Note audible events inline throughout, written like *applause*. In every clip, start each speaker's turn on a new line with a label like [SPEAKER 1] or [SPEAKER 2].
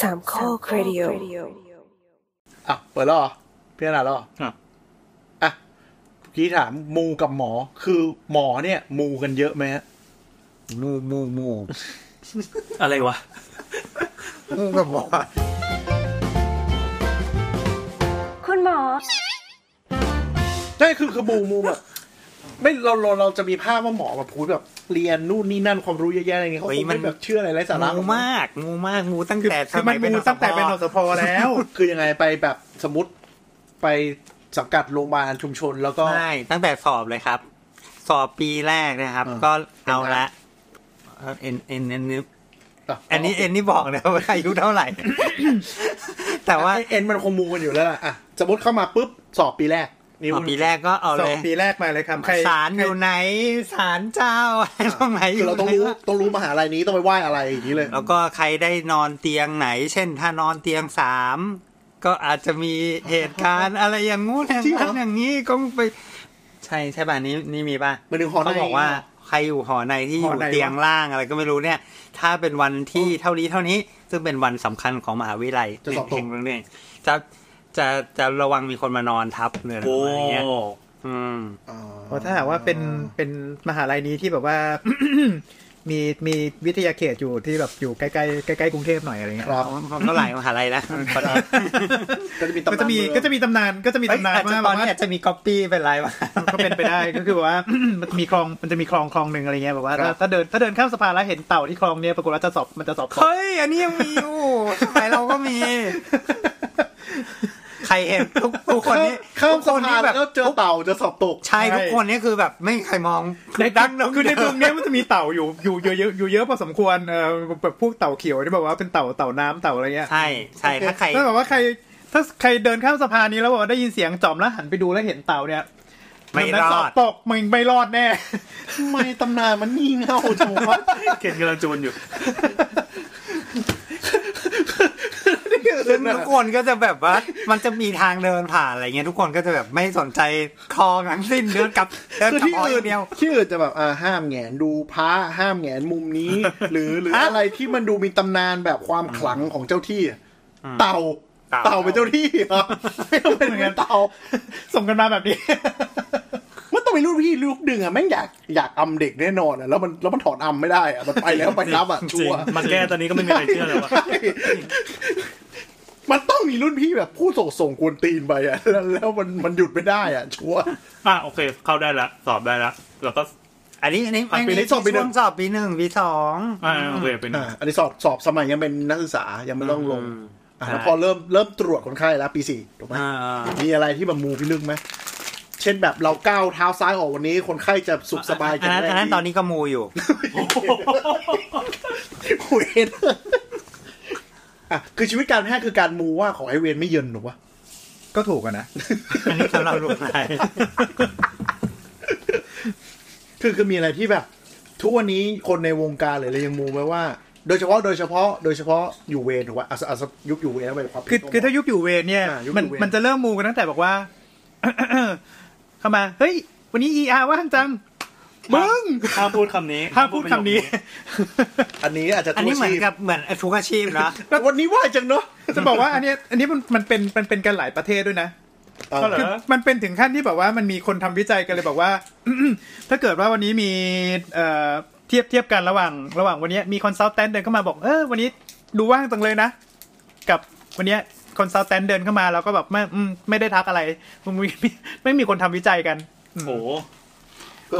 [SPEAKER 1] สามข้อครดิโอ
[SPEAKER 2] อ่ะเปิดแล้วเหรอพี่อนาแล้วเหรอ
[SPEAKER 3] ครับ
[SPEAKER 2] อ่ะเมื่อกี้ถามมูกับหมอคือหมอเนี่ย มูกันเยอะไหมฮะ
[SPEAKER 4] มูมูมู
[SPEAKER 3] อะไรวะ
[SPEAKER 4] มูกับหมอ
[SPEAKER 1] คุณหมอ
[SPEAKER 2] ใช่คือคือมูมูแบบไม่เราเราเราจะมีภาพว่าหมอแบบพูดแบบเรียนนู่นนี่นั่นความรู้เยอะแยะอะไรเงี้ยเขา
[SPEAKER 3] เฮ้
[SPEAKER 2] ค
[SPEAKER 3] ย
[SPEAKER 2] ง
[SPEAKER 3] มั
[SPEAKER 2] ไม่
[SPEAKER 3] น
[SPEAKER 2] แบบเชื่ออะไรไร้สาระ
[SPEAKER 3] งูมากงูมากงูตั้ง
[SPEAKER 4] คือ
[SPEAKER 3] แต่
[SPEAKER 4] คือมันมูตั้งแต่เป็น
[SPEAKER 3] น
[SPEAKER 4] อ
[SPEAKER 3] ส
[SPEAKER 4] สพแล้ว
[SPEAKER 2] คือยังไงไปแบบสมมติไปสังกัดโรงพยาบาลชุมชนแล้วก็
[SPEAKER 3] ใช่ตั้งแต่สอบเลยครับ สอบปีแรกนะครับ
[SPEAKER 2] อ่า
[SPEAKER 3] ก็เอาละเอ็นเอ็นเอ็นนี้
[SPEAKER 2] อ่ะ
[SPEAKER 3] อันนี้เอ็นนี่บอกนะ *laughs* ว่าอายุเท่าไหร่ แต่ว่า
[SPEAKER 2] ไอ้เอ็นมันคงมูกันอยู่แล้วล่ะอ่ะสมมติเข้ามาปุ๊บสอบปีแรกนิว
[SPEAKER 3] สอบปีแรกก็เอา
[SPEAKER 4] สอ
[SPEAKER 3] เล
[SPEAKER 4] ง
[SPEAKER 3] ย
[SPEAKER 4] ปีแรกมาเลยครับใคร
[SPEAKER 3] สารอยู่ไหนสารเจ้า *laughs* ตรงไหนอ
[SPEAKER 2] คือยู่ เราต้อง
[SPEAKER 3] ไหน
[SPEAKER 2] รู้
[SPEAKER 3] วะ
[SPEAKER 2] ต้องรู้มหาลัยนี้ต้องไปไหว้อะไรอย่างนี้เลย
[SPEAKER 3] แล้วก็ใครได้นอนเตียงไหน เช่น ถ้านอนเตียงสามก็อาจจะมีเหตุการณ์ อะไรอย่างงู้นอย่าง
[SPEAKER 2] จริงเหร
[SPEAKER 3] นั้น
[SPEAKER 2] อ
[SPEAKER 3] อย่างนี้ก็ไป ใช่ใช่ป่ะนี้นี่มีป่ะ
[SPEAKER 2] มันถึงหอใน
[SPEAKER 3] เขาบอกว่าใครอยู่หอในที่อยู่เตียงล่างอะไรก็ไม่รู้เนี่ย ถ้าเป็นวันที่เท่านี้เท่านี้ ซึ่งเป็นวันสำคัญของมหาวิทยาลัย
[SPEAKER 2] จะสอบตก
[SPEAKER 3] แห่งเรื่องจะจะจะระวังมีคนมานอนทับเนื้ออะไรอย่างเงี้ยอืม
[SPEAKER 2] อ๋อ
[SPEAKER 4] เพราะถ้าหากว่าเป็นเป็นมหาลัยนี้ที่แบบว่า *coughs* มีมีวิทยาเขตอยู่ที่แบบอยู่ใกล้ๆใกล้ๆกรุงเทพหน่อยอะไรเงี้ย
[SPEAKER 2] ครับ
[SPEAKER 3] ผมก็หลายมหาลัยนะขอโทษ
[SPEAKER 2] ก็จะมีตำ
[SPEAKER 4] ก็
[SPEAKER 2] นาน
[SPEAKER 4] จะมีก็จะมีตำนานก็จะมี
[SPEAKER 3] เอ้ย
[SPEAKER 4] ตำนาน
[SPEAKER 3] อาจจะ
[SPEAKER 4] ว่า
[SPEAKER 3] ต
[SPEAKER 4] แบ
[SPEAKER 3] อน
[SPEAKER 4] บ
[SPEAKER 3] นี้
[SPEAKER 4] ว่า
[SPEAKER 3] อาจจะมีก๊อปปี้เป็นไรวะ
[SPEAKER 4] ก็เป็นไปได้ก็คือแบบว่า *coughs* มันมีคลองมันจะมีคลองคลองหนึ่งอะไรเงี้ยแบบว่าถ้าถ้าเดินถ้าเดินข้ามสะพานแล้วเห็นเต่าที่คลองเนี้ยปรากฏว่าจะสอบมันจะสอบตก
[SPEAKER 3] เฮ้ย อันนี้ยังมีอยู่ สมัยเราก็มี ใครเห็นทุกทุกคนนี้
[SPEAKER 2] ข้ามสะ
[SPEAKER 3] ทุก
[SPEAKER 2] พาน
[SPEAKER 3] แบบ
[SPEAKER 2] ก็เจอเต่าจะสอบตก
[SPEAKER 3] ใช่ทุ
[SPEAKER 4] ใช่
[SPEAKER 3] กคนนี้คือแบบไม่มีใครมอง
[SPEAKER 4] ในดังคือในเมืองเนี้ยมันจะมีเต่าอยู่อยู่เยอะๆอยู่เยอะพอสมควรเออแบบพวกเต่าเขียวที่แบบว่าเป็นเต่าเต่าน้ำเต่าอะไรเงี้ย
[SPEAKER 3] ใช่ใช่ถ้าใคร
[SPEAKER 4] ถ้าแบบว่าใครถ้าใครเดินข้ามสะพานนี้แล้วบอกว่าได้ยินเสียงจอมแล้วหันไปดูแล้วเห็นเต่าเนี่ย
[SPEAKER 3] ไม่รอด
[SPEAKER 4] ตกมึงไม่รอดแน่
[SPEAKER 2] ทำไมตำนานมันงี่เง่าจังวะ
[SPEAKER 5] เคนกำลังจูนอยู่
[SPEAKER 2] นี่คือ
[SPEAKER 3] ซึ่ง
[SPEAKER 2] นะ
[SPEAKER 3] ทุกคนก็จะแบบว่า มันจะมีทางเดินผ่านอะไรเงี้ยทุกคนก็จะแบบไม่สนใจคลองทั้งสิ้นเดินกลับเดิน
[SPEAKER 2] คือก
[SPEAKER 3] ลับ
[SPEAKER 2] ที่
[SPEAKER 3] ออย
[SPEAKER 2] อื่น
[SPEAKER 3] เดียว
[SPEAKER 2] ที่อื่นจะแบบอ่าห้ามแหงนดูพระห้ามแหงนมุมนี้ หรือหรือ
[SPEAKER 3] ฮะ
[SPEAKER 2] อะไรที่มันดูมีตำนานแบบความขลังของเจ้าที่อะ
[SPEAKER 3] อืม
[SPEAKER 2] เต่า
[SPEAKER 3] เต่า
[SPEAKER 2] เต่าเป็นเจ้าที่ *laughs* เหรอไม่ต้องเป็นเหมือนเต่า
[SPEAKER 4] ส่งกันมาแบบนี้
[SPEAKER 2] มันต้องมีลูกพี่ลูกดึงอ่ะแม่งอยากอยากอำเด็กแน่นอนอ่ะแล้วมันแล้วมันถอดอำไม่ได้อ่ะมันไปแล้วไปรับอ่ะชัวร์
[SPEAKER 5] มาแก้ตอนนี้ก็ไม่มีใครเชื่อแล้วว่า
[SPEAKER 2] ใช่ *laughs* มันต้องมีรุ่นพี่แบบผู้ส่งส่งกวนตีนไปอ่ะ *laughs* แล้วแล้วมันมันหยุดไม่ได้อ่ะ ชัวร์
[SPEAKER 5] อ่ะโอเค เข้าได้ละ สอบได้ละ แล้วก็
[SPEAKER 3] อันนี้อันนี้
[SPEAKER 2] อ่ะปีนี้สอบปีหนึ่ง
[SPEAKER 3] ช่วสอบปีหนึ่งปีสอง
[SPEAKER 5] อ่าโอเคเป็น
[SPEAKER 2] อ่าอันนี้สอบสอบสมัยยังเป็นนักศึกษายังไม่ต้องลงอ่ะแล้วพอเริ่มเริ่มตรวจคนไข้แล้วปีสี่ถูกไหม
[SPEAKER 3] อ่า
[SPEAKER 2] มีอะไรที่แบบมูพิลึกไหมเช่นแบบเราก้าวเท้าซ้ายออกวันนี้ คนไข้จะสุขสบาย
[SPEAKER 3] อันนั้นอัน
[SPEAKER 2] *laughs*
[SPEAKER 3] นั้นตอนนี้ก็มูอยู่
[SPEAKER 2] คุย *laughs* อ่ะคือชีวิตการแพทย์คือการมูว่าขอไอเวนไม่เยินถูกปะ
[SPEAKER 4] ก็ถูกอะนะ
[SPEAKER 3] อันนี้สำหรับลูกนาย
[SPEAKER 2] คือคือมีอะไรที่แบบ ทุกวันนี้คนในวงการหรืออะไรยังมูไหมว่า โดยเฉพาะโดยเฉพาะ โดยเฉพาะอยู่เวรถูกปะอ่ะอ่ะยุคอยู่เวรแล้วไปความผิด
[SPEAKER 4] คือ
[SPEAKER 2] ขงหม
[SPEAKER 4] คือถ้ายุคอยู่เวรเนี่ย
[SPEAKER 2] อ่ายุคอยู่
[SPEAKER 4] มัน
[SPEAKER 2] เวร
[SPEAKER 4] มันจะเริ่มมูกันตั้งแต่บอกว่า *coughs* เข้ามา เฮ้ย วันนี้ ER ว่างจังมึง
[SPEAKER 5] ห้ามพูดคำนี้
[SPEAKER 4] ห้ามพูดคำนี้
[SPEAKER 2] อันนี้อาจจะ
[SPEAKER 3] อันนี้เหมือนกับเหมือนทุกอาชีพนะ
[SPEAKER 2] แล้ววันนี้ว่าจังเนาะ
[SPEAKER 4] จะบอกว่าอันเนี้ยอันนี้มันมันเป็นมันเป็นกันหลายประเทศด้วยนะ
[SPEAKER 5] ก็เหร
[SPEAKER 4] คือ
[SPEAKER 5] อ
[SPEAKER 4] มันเป็นถึงขั้นที่แบบว่ามันมีคนทำวิจัยกันเลยบอกว่า *clears throat* ถ้าเกิดว่าวันนี้มีเอ่อเทียบเทียบกันระหว่าง ระหว่างวันเนี้ยมีคอนซัลแทนเดินเข้ามาบอกเออวันนี้ดูว่างจังเลยนะ กับวันเนี้ยคอนซัลแทนเดินเข้ามาเราก็แบบไม่อืมไม่ได้ทักอะไร *laughs* มันมีไม่มีคนทำวิจัยกัน
[SPEAKER 5] โอ้โห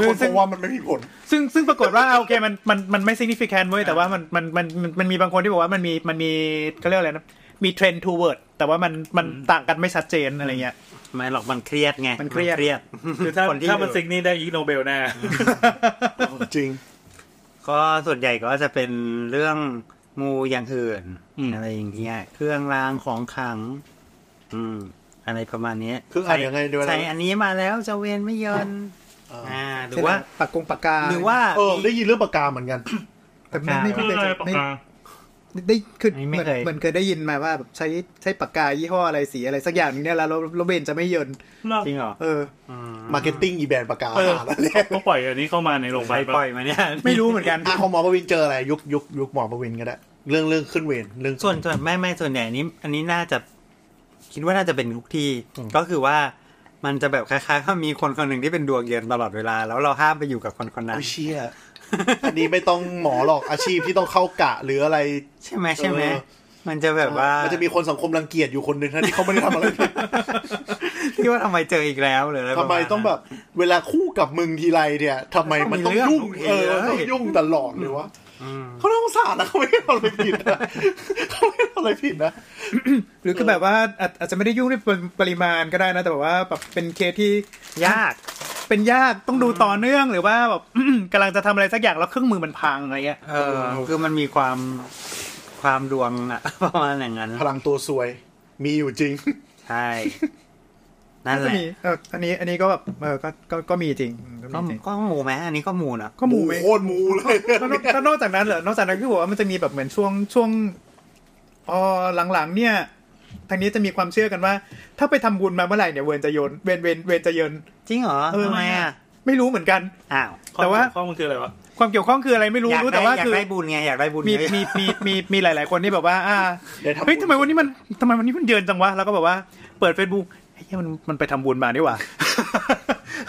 [SPEAKER 2] คือคนบอกว่ามันไม่มีผล
[SPEAKER 4] ซึ่งซึ่งปรากฏว่า *laughs* โอเคมันมันมันไม่ significant เว้ยแต่ว่ามันมันมันมันมันมีบางคนที่บอกว่ามันมีมันมีเขาเรียกอะไรนะมีเทรน toward แต่ว่ามันมันต่างกันไม่ชัดเจนอะไรเงี้ย
[SPEAKER 3] *laughs* ไม่หรอกมันเครียดไง
[SPEAKER 4] มันเครียด
[SPEAKER 5] คือถ้า
[SPEAKER 3] คนที่
[SPEAKER 5] ถ้ามันซิกนี่ได้อีกโนเบลแน่
[SPEAKER 2] จริง
[SPEAKER 3] ก็ส่วนใหญ่ก็จะเป็นเรื่องงูอย่างอื่น
[SPEAKER 5] อืม
[SPEAKER 3] อะไรอย่างเงี้ยเครื่องรางของขลัง อืม อะไรประมาณนี้
[SPEAKER 2] คืออ่านยังไงด้วยนะ
[SPEAKER 3] ใช่อันนี้มาแล้วจะเวียนไม่เยินอ่า หรือว่า
[SPEAKER 4] ปากกงปากกา
[SPEAKER 3] หรือว่า
[SPEAKER 2] เออได้ยินเรื่องปากกาเหมือนกัน
[SPEAKER 4] แต่ไม่ไม่
[SPEAKER 5] คือ
[SPEAKER 4] ไม่เคย
[SPEAKER 5] อะไรปาก
[SPEAKER 4] ไม่
[SPEAKER 5] กา
[SPEAKER 4] ได้คือ
[SPEAKER 3] อันนี้
[SPEAKER 4] เห
[SPEAKER 3] ไม่
[SPEAKER 4] มือน
[SPEAKER 3] เคย
[SPEAKER 4] เหมือนเคยได้ยินมาว่าแบบใช้ใช้ปากกายี่ห้ออะไรสีอะไรสักอย่างหนึงเนี่ยแล้วแล้วแล้วเบนจะไม่เยิน
[SPEAKER 5] เลิก
[SPEAKER 3] จริงเหรอ
[SPEAKER 4] เออ
[SPEAKER 2] มาร์เก็ตติ้งอีแบรนด์ปากกา
[SPEAKER 5] เออ
[SPEAKER 2] หาแล้วเนี่ย
[SPEAKER 5] เขาปล่อยอันนี้เข้ามาในโรงพยา
[SPEAKER 3] ไป
[SPEAKER 5] บาล
[SPEAKER 3] ปล่อยมาเนี่ย
[SPEAKER 2] *laughs*
[SPEAKER 4] ไม่รู้เหมือนกัน
[SPEAKER 2] อ่ะของหมอประวินเจออะไร ยุคยุคยุคหมอประวินก็ได้ เรื่องเรื่องขึ้นเวรเรื่อง
[SPEAKER 3] *laughs* ส่วนส่วนไม่ไม่ส่วนใหญ่อันนี้ อันนี้น่าจะคิดว่าน่าจะเป็นทุกที่
[SPEAKER 2] อืม
[SPEAKER 3] ก็คือว่ามันจะแบบคล้ายๆว่ามีคนคนหนึ่งที่เป็นดวงเย็นตลอดเวลา แล้วเราห้ามไปอยู่กับคนคนนั้น
[SPEAKER 2] ไม่เชี่ยอันนี้ไม่ต้องหมอหรอกอาชีพที่ต้องเข้ากะหรืออะไร
[SPEAKER 3] ใช่ไหมใช่ไหม
[SPEAKER 2] เออ
[SPEAKER 3] มันจะแบบว่าม
[SPEAKER 2] มัน
[SPEAKER 3] *laughs*
[SPEAKER 2] จะมีคนสังคมรังเกียจอยู่คนหนึ่งนะที่เขาไม่ได้ทำอะไรผิด
[SPEAKER 3] ที่ว่าทำไมเจออีกแล้วหรืออะไร
[SPEAKER 2] ทำไม
[SPEAKER 3] ประาณนั้น
[SPEAKER 2] ต้องแบบเวลาคู่กับมึงทีไรเนี่ยทำไมมันต้องยุ่ง
[SPEAKER 3] ต้องมี
[SPEAKER 2] เอ
[SPEAKER 3] เรื่อง
[SPEAKER 2] อ
[SPEAKER 3] ทุก
[SPEAKER 2] ต้อง
[SPEAKER 3] ทีเลย
[SPEAKER 2] ยุ่งตลอดเลยวะเขาต้องสารนะเขาไม่ได้ทำอะไรผิดนะเขาไม่ได้ทำอะไรผิดนะ
[SPEAKER 4] หรือคือแบบว่าอาจอาจจะไม่ได้ยุ่งด้วยปริมาณก็ได้นะ แต่แบบว่าแบบเป็นเคสที่
[SPEAKER 3] ยาก
[SPEAKER 4] เป็นยากต้องดูต่อเนื่องหรือว่าแบบ *coughs* กำลังจะทำอะไรสักอย่างแล้วเครื่องมือมันพังอะไรเงี้ย
[SPEAKER 3] เออคือมันมีความความดวงอะ *laughs* ประมาณอย่างนั้น
[SPEAKER 2] พลังตัวซวย มีอยู่จริง
[SPEAKER 3] ใช่นั่นแห
[SPEAKER 4] ก็
[SPEAKER 3] ละ
[SPEAKER 4] มีเอออันนี้อันนี้ก็แบบเออก็ก็ก็มีจริง
[SPEAKER 3] ก็ก็หมูไหมอันนี้ก็หมูนะ
[SPEAKER 4] ก็หมูไหม
[SPEAKER 2] โคตรหมูเลย
[SPEAKER 4] แล้วนอกแล้วนอกจากนั้นเหรอนอกจากนั้นคือบอกว่ามันจะมีแบบเหมือนช่วงช่วงเออหลังๆ เนี่ย ทางนี้จะมีความเชื่อกันว่า ถ้าไปทำบุญมาเมื่อไหร่เนี่ยเวรจะโยนเวรเวรเวรจะเยิน
[SPEAKER 3] จริงเหรอ
[SPEAKER 4] เออ
[SPEAKER 3] ทำไมอะ
[SPEAKER 4] ไม่รู้เหมือนกัน
[SPEAKER 3] อ้าว
[SPEAKER 5] ข้อ
[SPEAKER 4] แต่ว่า
[SPEAKER 5] ข้อมูลคืออะไรวะ
[SPEAKER 4] ความเกี่ยวข้องคืออะไรไม่รู้
[SPEAKER 3] อยาก
[SPEAKER 4] รู้
[SPEAKER 3] ได้
[SPEAKER 4] แต่ว่า
[SPEAKER 3] อยาก
[SPEAKER 4] คือ
[SPEAKER 3] ได้บุญไงอยากได้บุญ
[SPEAKER 4] มี
[SPEAKER 3] เยอะ
[SPEAKER 4] มีมีมีมีหลาย ๆ คนที่แบบว่าอ่า
[SPEAKER 2] เดี๋ยวทำ
[SPEAKER 4] เฮ้ยทำไมวันนี้มันทำไมวันนี้มันเยินจังวะแล้วก็แบบว่าเปิด Facebook เฮ้ยมันมันไปทำบุญมานี่หว่า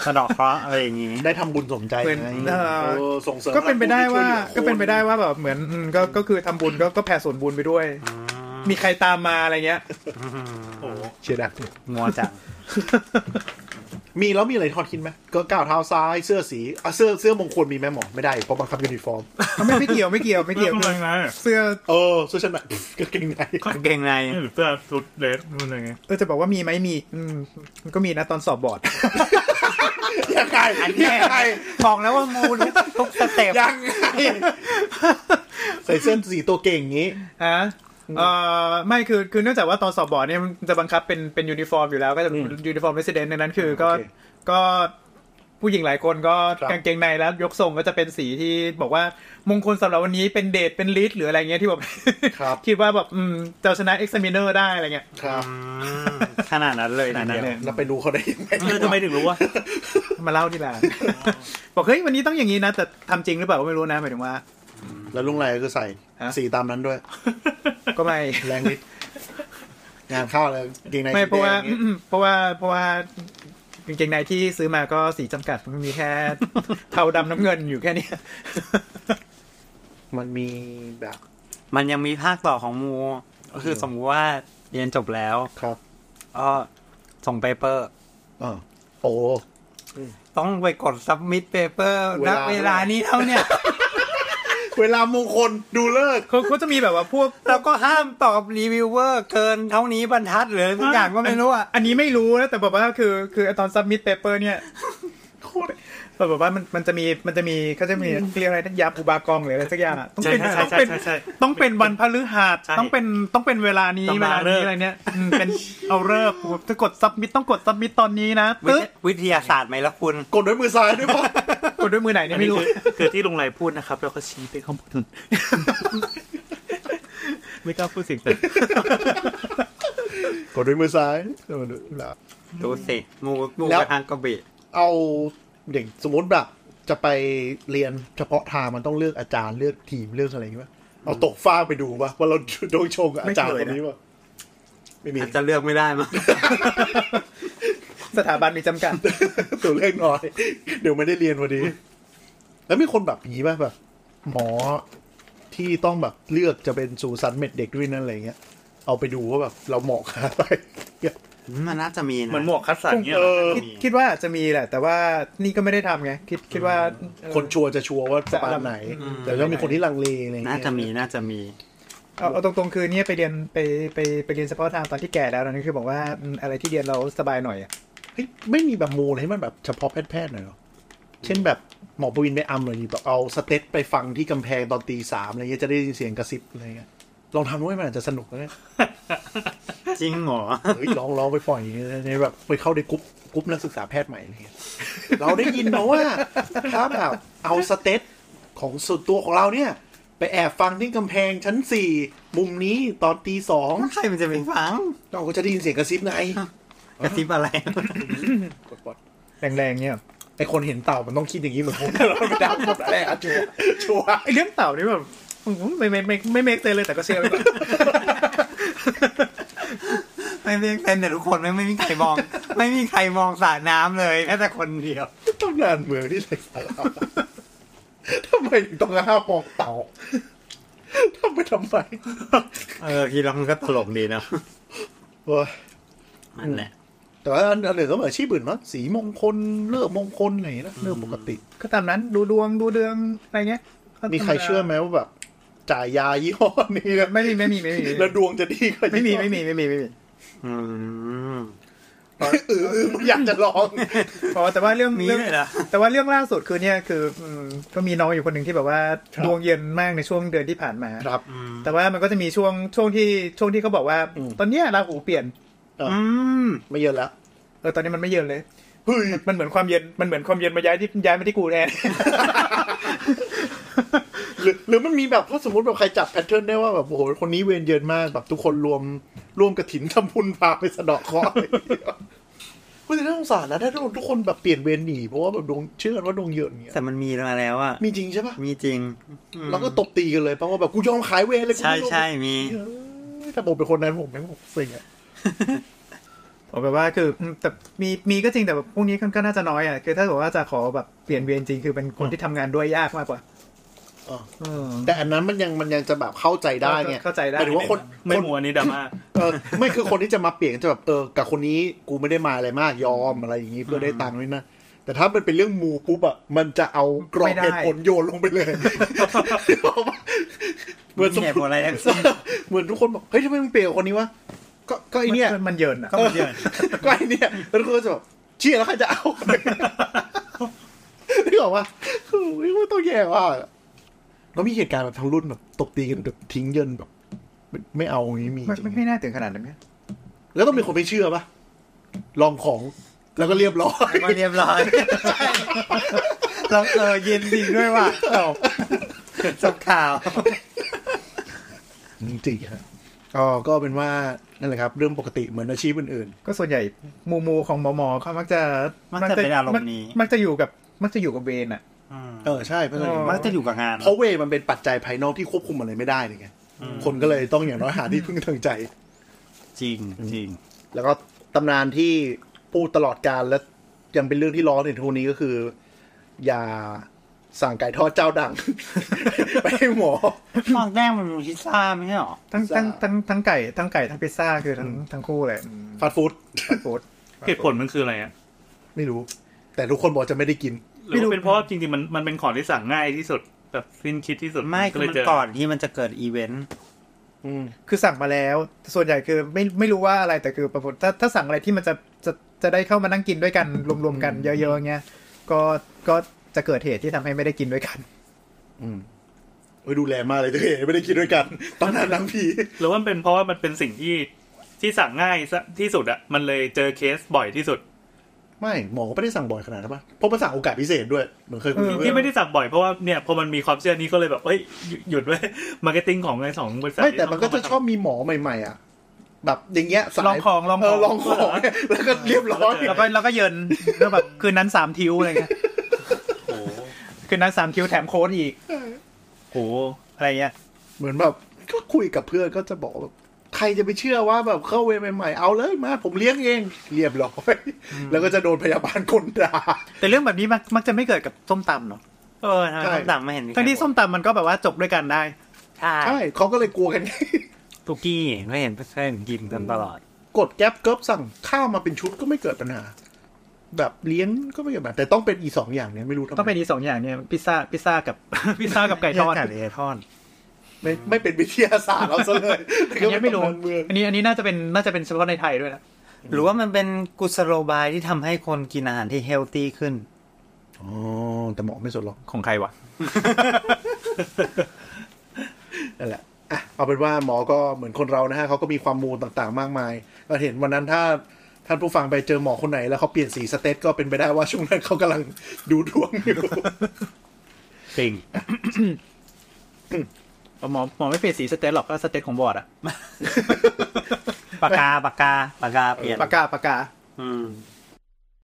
[SPEAKER 3] สะเดอกเคราะห์อะไรอย่างนี้
[SPEAKER 2] ได้ทำบุญสมใจ
[SPEAKER 4] เป็น
[SPEAKER 2] ไง
[SPEAKER 4] เออ
[SPEAKER 2] เออส่งเสริม
[SPEAKER 4] ก็เป็นไปได้ว่า
[SPEAKER 2] ผู้ที่ช่ยเหลือคน
[SPEAKER 4] ก็เป็นไปได้ว่าแบบเหมือนอืมก็ก็คือทำบุญก็ก็แผ่ส่วนบุญไปด้วย มีใครตามมาอะไรเงี้ย
[SPEAKER 5] โอ้โห
[SPEAKER 2] เชียร์ดัก
[SPEAKER 3] งัวจัง
[SPEAKER 4] *laughs*
[SPEAKER 2] มีแล้วมีอะไรทอดทิ้นไหมก็ก้าวเท้าซ้ายเสื้อสีอ่ะเสื้อเสื้อมงคลมีไหมหมอไม่ได้เพราะบังคับยูนิฟอร์ม
[SPEAKER 4] ไม่ไม่เกี่ยวไม่เกี่ยวไม่เกี่ยว
[SPEAKER 5] เรื่องอะไรนะ
[SPEAKER 4] เสื้อ
[SPEAKER 2] เออเสื้อชั้นใน *laughs* กางเกงใน
[SPEAKER 3] กางเกง
[SPEAKER 4] *laughs*
[SPEAKER 3] ใน
[SPEAKER 5] นี่หรือเสื้อสุดเลสมันอะไรเงี้ย
[SPEAKER 4] เออจะบอกว่ามีไหมมีอืมมันก็มีนะตอนสอบบอร์ด
[SPEAKER 2] ยังไงยังไง
[SPEAKER 3] บอกแล้วว่ามูทุก *laughs* ทุกสเต็ป
[SPEAKER 2] ยังไง ใส่เสื้อสีตัวเก่งอย่างงี้
[SPEAKER 4] ฮะเออไม่คือคือเนื่องจากว่าตอนสอบบอร์ดเนี่ยมันจะบังคับเป็นเป็นยูนิฟอร์มอยู่แล้วก็จะยูนิฟอร์มเรสเดนต์ในนั้นคือก็
[SPEAKER 2] โอเค
[SPEAKER 4] ก็ผู้หญิงหลายคนก็
[SPEAKER 2] ครับ
[SPEAKER 4] กางเกงในแล้วยกทรงก็จะเป็นสีที่บอกว่ามงคลสำหรับวันนี้เป็นเดทเป็นลิสหรืออะไรเงี้ยที่แบบ
[SPEAKER 2] ครับ
[SPEAKER 4] *laughs* คิดว่าแบบอืมเจ้าชนะเอ็กซ์มิเนอร์ได้อะไรเงี้ย
[SPEAKER 2] ครับ
[SPEAKER 3] ขนาดนั้นเลย
[SPEAKER 4] ขนาดนั้น
[SPEAKER 3] ทีเดียว
[SPEAKER 2] แล้วไปดูเขาได้ยังไง
[SPEAKER 5] เออทำไมถึงรู้วะ
[SPEAKER 4] มาเล่าที่หลังบอกเฮ้ยวันนี้ต้องอย่างนี้นะแต่ทำจริงหรือเปล่าก็ไม่รู้นะหมายถึงว่า
[SPEAKER 2] แล้วลุงไรก็คือใส่
[SPEAKER 4] ฮะ
[SPEAKER 2] สีตามนั้นด้วย
[SPEAKER 4] ก็ไม่
[SPEAKER 2] แรงนิด งานเข้าแล้วกางเกงใน
[SPEAKER 4] ไม่
[SPEAKER 2] สีแดง
[SPEAKER 4] เพราะว่า
[SPEAKER 2] อย่งงี้
[SPEAKER 4] อืมเพราะว่า *clears throat* เพราะว่ากางเกงในที่ซื้อมาก็สีจำกัดมันมีแค่ *laughs* เทาดำน้ำเงินอยู่แค่เนี้ *laughs* ย
[SPEAKER 2] มันมีแบบ
[SPEAKER 3] มันยังมีภาคต่อของมูก็คือสมมติว่าเรียนจบแล้ว
[SPEAKER 2] ครับ
[SPEAKER 3] ก็ส่งเปเปอร์
[SPEAKER 2] เออโอ้
[SPEAKER 3] ต้องไปกด submit paper
[SPEAKER 2] เว
[SPEAKER 3] ณ
[SPEAKER 2] ลา
[SPEAKER 3] เวลานี้เท่าเนี่ย
[SPEAKER 2] เวลามงคลดูเลิก
[SPEAKER 4] เขาเขาจะมีแบบว่าพวก
[SPEAKER 3] แล้วก็ห้ามตอบรีวิวเวอร์เกินเท่านี้บรรทัดหรืออะไรสักอย่างก็ไม่รู้อ่ะ
[SPEAKER 4] อันนี้ไม่รู้นะแต่แบบว่าคือคือไอ้ตอน submit paper เนี่ยแบบแบบว่ามันมันจะมีมันจะมีเขาจะมีเรียกอะไรนะยาปูบากองหรืออะไรสักอย่างอะต้อง
[SPEAKER 5] ใช่
[SPEAKER 4] เป็น
[SPEAKER 5] ใช่
[SPEAKER 4] ต้
[SPEAKER 5] ใช่
[SPEAKER 4] องเป็น
[SPEAKER 5] ใช่ใช่
[SPEAKER 4] ต้องเป็นวันพฤหัส
[SPEAKER 5] ใช่
[SPEAKER 4] ต้องเป็นต้องเป็นเวลานี้
[SPEAKER 5] ต้อง
[SPEAKER 4] เว
[SPEAKER 5] มา
[SPEAKER 4] ลา
[SPEAKER 5] เลิก
[SPEAKER 4] นี้อะไรเนี้ยอืมเป็นเอาเลิกจะกด submit ต้องกด submit ตอนนี้นะ
[SPEAKER 3] วิ
[SPEAKER 4] ปึ๊
[SPEAKER 3] ทย
[SPEAKER 4] บ
[SPEAKER 3] วิทยาศาสตร์ไหมล่ะคุณ
[SPEAKER 2] กดด้วยมือซ้ายด้วยปะ
[SPEAKER 4] กดด้วยมือไหนเนี่ย
[SPEAKER 5] อัน
[SPEAKER 4] ไม่
[SPEAKER 5] นี้
[SPEAKER 4] รู้
[SPEAKER 5] คือคือที่ลุงไรพูดนะครับ แล้วก็ชี้ไปข้างบน *laughs* ไม่กล้าพูดเสิ่งแต่
[SPEAKER 2] กดด้วยมือซ้าย
[SPEAKER 3] ดูสิมูมู
[SPEAKER 2] แล้ว
[SPEAKER 3] กระทางกระบี่
[SPEAKER 2] เอาเด็กสมมติแบบ จะไปเรียนเฉพาะทางมันต้องเลือกอาจารย์เลือกทีมเลือกอะไรอย่างเงี้ยปะเอาตกฟ้ากไปดูปะว่าเราโดนชงกับอาจารย์คนนี้ปะไม่มี
[SPEAKER 3] อาจจะเลือกไม่ได้มั้ง
[SPEAKER 4] สถาบันมีจำกัด
[SPEAKER 2] *laughs* ตัวเลขน้อย เดี๋ยวไม่ได้เรียนวันนี้ แล้วมีคนแบบอย่างนี้ป่ะแบบ หมอที่ต้องแบบเลือกจะเป็นสูสันเม็ดเด็กด้วยนั่นอะไรเงี้ย เอาไปดูว่าแบบเราเหมาะกับอะไรเนี่ย
[SPEAKER 3] มันน่าจะมีนะ
[SPEAKER 5] เหมือนหมวกคัดสันเงี้ยเหร
[SPEAKER 2] เอ
[SPEAKER 5] อ
[SPEAKER 2] อ
[SPEAKER 4] คิดคิดว่าอาจจะมีแหละ แต่ว่านี่ก็ไม่ได้ทำไง คิดคิดว่าเอ่อ
[SPEAKER 2] คนชัวร์จะชัวร์ว่าประมาณไหน แต่ก็มีคนที่ลังเลอะไรเงี้ย
[SPEAKER 3] น่าจะมีน่าจะมี
[SPEAKER 4] เอาเอาตรงๆคือเนี่ยไปเรียนไปไปไปเรียนเฉพาะทางตอนที่แก่แล้วนะนี่คือบอกว่าอืมอะไรที่เรียนเราสบายหน่อยอะ
[SPEAKER 2] เฮ้ยไม่มีแบบมูลให้มันแบบเฉพาะแพทย์ๆหน่อยเหรอเช่นแบบหมอปวินไปอัมเลยแบบเอาสเตตไปฟังที่กำแพงตอนตีสามอะไรเงี้ยจะได้ยินเสียงกระซิบอะไรเงี้ยลองทำด้วยมันอาจจะสนุกนะเนี่ย
[SPEAKER 3] จริงเหรอ
[SPEAKER 2] เฮ้ยลองลองไปปล่อยในแบบไปเข้าในกรุ๊ปกรุ๊ปนักศึกษาแพทย์ใหม่อะไรเงี้ยเราได้ยินมาว่าถ้าแบบเอาสเตตของส่วนตัวของเราเนี่ย ไปแอบฟังที่กำแพงชั้นสี่มุมนี้ตอนตีสอง
[SPEAKER 3] ใครมันจะไปฟัง
[SPEAKER 2] เราก็จะได้ยินเสียงกระซิบไง
[SPEAKER 3] กระซิบอะไร
[SPEAKER 2] กดปลด
[SPEAKER 4] แรงๆเนี่ย
[SPEAKER 2] *laughs* ไอคนเห็นเต่ามันต้องคิดอย่างนี้เหมือนผมเราไปดับหมดแหละชัวร์ชัวร์
[SPEAKER 4] ไอเรื่องเต่านี่แบบ ไม่ไม่ไม่ไม่เมกเซนเลยแต่ก็เชื่อไปก่อน
[SPEAKER 3] ไม่เรียกเต้นแต่ทุกคนไม่ไม่มีใครมอง *laughs* ไม่มีใครมองสระน้ำเลยแม้แต่คนเดียว
[SPEAKER 2] ต้องงานเมืองที่ไร้สาระ *laughs* ทำไมถึงต้องห้ามมองเต่า *laughs* ทำไปทำไม
[SPEAKER 3] เออคิดแล้วมันก็ตลกดีนะ
[SPEAKER 2] เว้ย
[SPEAKER 3] นั่นแหละ
[SPEAKER 2] แต่ว่าอันอื่นก็เหมือนอาชีพอื่นมั้งสีมงคลเลือกมงคลอะไรอย่างเงี้ยนะเรื่องปกติ
[SPEAKER 4] *laughs* ก็ตามนั้นดูดวงดูเดืองอะไรเงี้ยก็
[SPEAKER 2] มีใครเชื่อไหมว่าแบบ จ่ายยายี่ห้อนี้แล้ว
[SPEAKER 4] ไม่มีไม่มีไม่มี
[SPEAKER 2] แล้วดวงจะดีกว่า
[SPEAKER 4] ไม่มีไม่มีไม่มีไม่มี
[SPEAKER 3] อืม
[SPEAKER 2] เออเอออยากจะลอง
[SPEAKER 4] อ๋อแต่ว่าเรื่อง
[SPEAKER 3] มี
[SPEAKER 4] เรื่อง
[SPEAKER 3] ด้วยเหรอ
[SPEAKER 4] แต่ว่าเรื่องล่าสุดคือเนี่ยคืออืมก็มีน้องอยู่คนหนึ่งที่แบบว่าดวงเย็นมากในช่วงเดือนที่ผ่านมา
[SPEAKER 2] ครับ
[SPEAKER 4] แต่ว่ามันก็จะมีช่วงช่วงที่ช่วงที่เขาบอกว่า
[SPEAKER 2] อืม
[SPEAKER 4] ตอนเนี้ยราหูเปลี่ยน
[SPEAKER 3] อืม
[SPEAKER 2] ไม่เยอะแล้ว
[SPEAKER 4] เออตอนนี้มันไม่เย็นเลย
[SPEAKER 2] เฮ้ย
[SPEAKER 4] มันเหมือนความเย็นมันเหมือนความเย็นมาย้ายที่ย้ายมาที่กูแทน
[SPEAKER 2] หรือหรือมันมีแบบถ้าสมมติแบบใครจับแพทเทิร์นได้ว่าแบบโอ้โหคนนี้เวรเยินมากแบบทุกคนรวมร่วมกระถินทำบุญพาไปสะเดาะเคราะห์อะไรอย่างเงี้ยคุณจะน่าสงสารแล้วถ้าทุกคนแบบเปลี่ยนเวรหนีเพราะว่าแบบดวงเชื่อกันว่าดวงเยอะอย่างเงี้ย
[SPEAKER 3] แต่มันมีมาแล้วอะ
[SPEAKER 2] มีจริงใช่ปะ
[SPEAKER 3] มีจริงอืม
[SPEAKER 2] แล้วก็ตบตีกันเลยเพราะว่าแบบกูยอมขายเวรเลยกู
[SPEAKER 3] ใช่
[SPEAKER 2] ไม่ลง
[SPEAKER 3] ใช่มี
[SPEAKER 2] เฮ้ยแต่ผมเป็นคนนั้นผมแม่งผมเสีย
[SPEAKER 4] ผมแบบว่า *laughs* คืออืมแต่มีมีก็จริงแต่แบบพวกนี้ก็ก็น่าจะน้อยอ่ะคือถ้าบอกว่าจะขอแบบเปลี่ยนเวรจริงคือเป็นคนที่ทำงานด้วยยากมากกว่า
[SPEAKER 2] อ่า
[SPEAKER 4] เออ
[SPEAKER 2] แต่อันนั้นมันยังมันยังจะแบบเข้าใจได้ไง
[SPEAKER 4] เข้าใจได้
[SPEAKER 2] หมายถึงว่าคน
[SPEAKER 5] ไม่
[SPEAKER 2] คน
[SPEAKER 5] หมัวนี่ดราม่า
[SPEAKER 2] เออไม่คือคนที่จะมาเปลี่ยนจะแบบเออกับคนนี้กูไม่ได้มาอะไรมากยอมอะไรอย่างงี้เพื่อได้ตังค์นี่นะแต่ถ้ามันเป็นเรื่องมูปุ๊บอ่ะมันจะเอากรอบ
[SPEAKER 4] ไม่ได้
[SPEAKER 2] เหตุผลโยนลงไปเลยเหมือน
[SPEAKER 3] มีเหตุผลอะไรทั้งสิ้น
[SPEAKER 2] *laughs* เหมือนทุกคนบอกเฮ้ยทำไมมึงเปลี่ยนกับคนนี้วะก็ก็ไอเนี่ย
[SPEAKER 4] มันมันเยินอ่ะ
[SPEAKER 3] ก็ไม่เยอะ
[SPEAKER 2] *laughs* ก็ไอเนี่ยแล้วทุกคนก็จะแบบเชี่ยแล้วใครจะเอา *laughs* นี่บอกว่าคือไม่ต้องแย่ว่ากอะแล้วมีเหตุการณ์แบบทั้งรุ่นแบบตบตีกันแบบทิ้งเยินแบบไม่ไม่เอาอย่างงี้มี
[SPEAKER 4] มัน
[SPEAKER 2] จริง
[SPEAKER 4] มันไม่น่าถึงขนาดนั้นนะ
[SPEAKER 2] แล้วต้องมีคนไม่เชื่อปะลองของแล้วก็เรียบร้อย
[SPEAKER 3] ก็เรียบร้อยเราเออเย็นจริงด้วยว่ะจบจบข่าว
[SPEAKER 2] จริงๆฮะก็ก็เป็นว่านั่นแหละครับ เรื่องปกติเหมือนอาชีพอื่น
[SPEAKER 4] ก็ส่วนใหญ่มูมูของหมอหมอเขามักจะ
[SPEAKER 3] มักจะเป็นอารมณ์นี้
[SPEAKER 4] มักจะอยู่กับมักจะอยู่กับเวรอ่ะ
[SPEAKER 3] อืม
[SPEAKER 2] ๆ เออใช่เพราะฉะ
[SPEAKER 4] อ๋อ
[SPEAKER 3] มั
[SPEAKER 2] นั้น
[SPEAKER 3] กจะอยู่กับงาน
[SPEAKER 2] เพราะเวย์มันเป็นปัจจัยภายนอกที่ควบคุมอะไรไม่ได้เลยไงคนก็เลยต้องอย่างน้อยหาที่พึ่งทางใจ
[SPEAKER 3] จริงจริง
[SPEAKER 2] แล้วก็ตำนานที่พูดตลอดการและยังเป็นเรื่องที่ร้อนในทุกวันนี้ก็คือ อย่าสั่งไก่ทอดเจ้าดัง *laughs* ไปให้หมอ
[SPEAKER 3] ตอนแรกมันเป็นพิซซ่าไม่ใช่หรอ
[SPEAKER 4] ทั้ง
[SPEAKER 2] พิซซ่า
[SPEAKER 4] ทั้งทั้งทั้งไก่ทั้งไก่ทั้งพิซซ่าคือทั้งทั้งคู่เลยอืม
[SPEAKER 2] ฟาสต์ฟู้ด
[SPEAKER 4] ฟาสต์ฟู้ด
[SPEAKER 5] เหตุผลมันคืออะไรอ่ะ
[SPEAKER 2] ไม่รู้ แต่ทุกคนบอกจะไม่ได้กิน
[SPEAKER 5] หรือว่าเป็นเพราะว่าจริงๆมันมันเป็นของที่สั่งง่ายที่สุดแบบสิ้นคิดที่สุด
[SPEAKER 3] ไม่
[SPEAKER 5] ก็
[SPEAKER 3] คือ
[SPEAKER 5] เลย
[SPEAKER 3] มัน
[SPEAKER 5] เจอ
[SPEAKER 3] ก่อนที่มันจะเกิดอีเวนต์
[SPEAKER 2] อืม
[SPEAKER 4] คือสั่งมาแล้วแต่ส่วนใหญ่คือไม่ไม่รู้ว่าอะไรแต่คือปรากฏถ้าถ้าสั่งอะไรที่มันจะจะจะได้เข้ามานั่งกินด้วยกันรวมๆกันเยอะๆเงี้ยก็ก็จะเกิดเหตุที่ทำให้ไม่ได้กินด้วยกัน
[SPEAKER 2] โอ้ยดูแลมากเลยตัวเองไม่ได้คิดด้วยกัน ตอนนั้นน้ำผี
[SPEAKER 5] หรือว่ามันเป็นเพราะว่ามันเป็นสิ่งที่ที่สั่งง่ายซะที่สุดอ่ะมันเลยเจอเคสบ่อยที่สุด
[SPEAKER 2] ไม่หมอก็ไม่ได้สั่งบ่อยขนาดนั้นปะเพราะมันสั่งโอกาสพิเศษด้วย เหมือนเคยคุย
[SPEAKER 4] เออ
[SPEAKER 5] ที่ไม่ได้สั่งบ่อยเพราะว่าเนี่ยพอมันมีความเชื่อนี้ก็เลยแบบเอ้ยหยุดหยุดไว้ *laughs* มาร์เก็ตติ้งของไอ้สองบริษัท
[SPEAKER 2] ไม่แต่มันก็จะชอบมีหมอใหม่ ๆ อ่ะ แบบอย่างเงี้ยสาย
[SPEAKER 4] ลองของลองของ
[SPEAKER 2] เอลองของเนี่ยแล้วก็เรียบร้อย
[SPEAKER 4] *laughs* แล้วก็แล้วก็เยินแล้วแบบคืนนั้นสามทิวอะไรเงี้ย
[SPEAKER 5] โอ้โห
[SPEAKER 4] คืนนั้นสามทิวแถมโค้ดอีก
[SPEAKER 5] โอ้โห
[SPEAKER 4] อะไรเงี้ย
[SPEAKER 2] เหมือนแบบก็คุยกับเพื่อนก็จะบอกแบบใครจะไปเชื่อว่าแบบเข้าเวรใหม่ๆ เอาเลยมาผมเลี้ยงเองเรียบร้อย แล้วก็จะโดนพยาบาลคนด่า
[SPEAKER 4] แต่เรื่องแบบนี้มักมักจะไม่เกิดกับส้มตำเนาะ
[SPEAKER 3] เออทำไม
[SPEAKER 2] ใช่
[SPEAKER 3] ส้มตำไม่เห็น
[SPEAKER 4] ทั้งที่ส้มตำมันก็แบบว่าจบด้วยกันได้
[SPEAKER 3] ใช่
[SPEAKER 2] ใช่เขาก็เลยกลัวกัน
[SPEAKER 3] ตุกกี้ก็เห็นเพื่อนกินกันตลอด
[SPEAKER 2] กดแก๊ปเกิบสั่งข้าวมาเป็นชุดก็ไม่เกิดปัญหาแบบเลี้ยงก็ไม่เกิดปัญหาแต่ต้องเป็นอีสองอย่างเนี้ยไม่รู้ทำไม
[SPEAKER 4] ต้องเป็นอีสองอย่างเนี่ยพิซซ่าพิซซ่ากับ *laughs* พิซซ่ากับไก่ทอด
[SPEAKER 3] ไก่ทอด
[SPEAKER 2] ไม่ไม่เป็นวิทยาศาสตร์เราซะเลย
[SPEAKER 4] อันนี้ไม่รู้
[SPEAKER 2] แต่ก็เป็นตำนานเมือง
[SPEAKER 4] อันนี้อันนี้น่าจะเป็นน่าจะเป็นเฉพาะในไทยด้วยนะ
[SPEAKER 3] หรือว่ามันเป็นกุศโลบายที่ทำให้คนกินอาหารที่เฮลตี้ขึ้น
[SPEAKER 2] อ๋อ แต่หมอไม่สนหรอก
[SPEAKER 4] ของใครวะ
[SPEAKER 2] นั่นแหละอ่ะเอาเป็นว่าหมอก็เหมือนคนเรานะฮะเขาก็มีความมูลต่างๆ มากมายเราเห็นวันนั้นถ้าท่านผู้ฟังไปเจอหมอคนไหนแล้วเขาเปลี่ยนสีสเตตก็เป็นไปได้ว่าช่วงนั้นเขากำลังดูดวงอยู่
[SPEAKER 3] จริง
[SPEAKER 4] หมอหมอไม่เปลี่ยนสีสเตตหรอกก็สเตตของบอร์ดอะ
[SPEAKER 3] ปากกาปากกาปากกาเปลี่ยน
[SPEAKER 4] ปากกาปากกา
[SPEAKER 3] อืม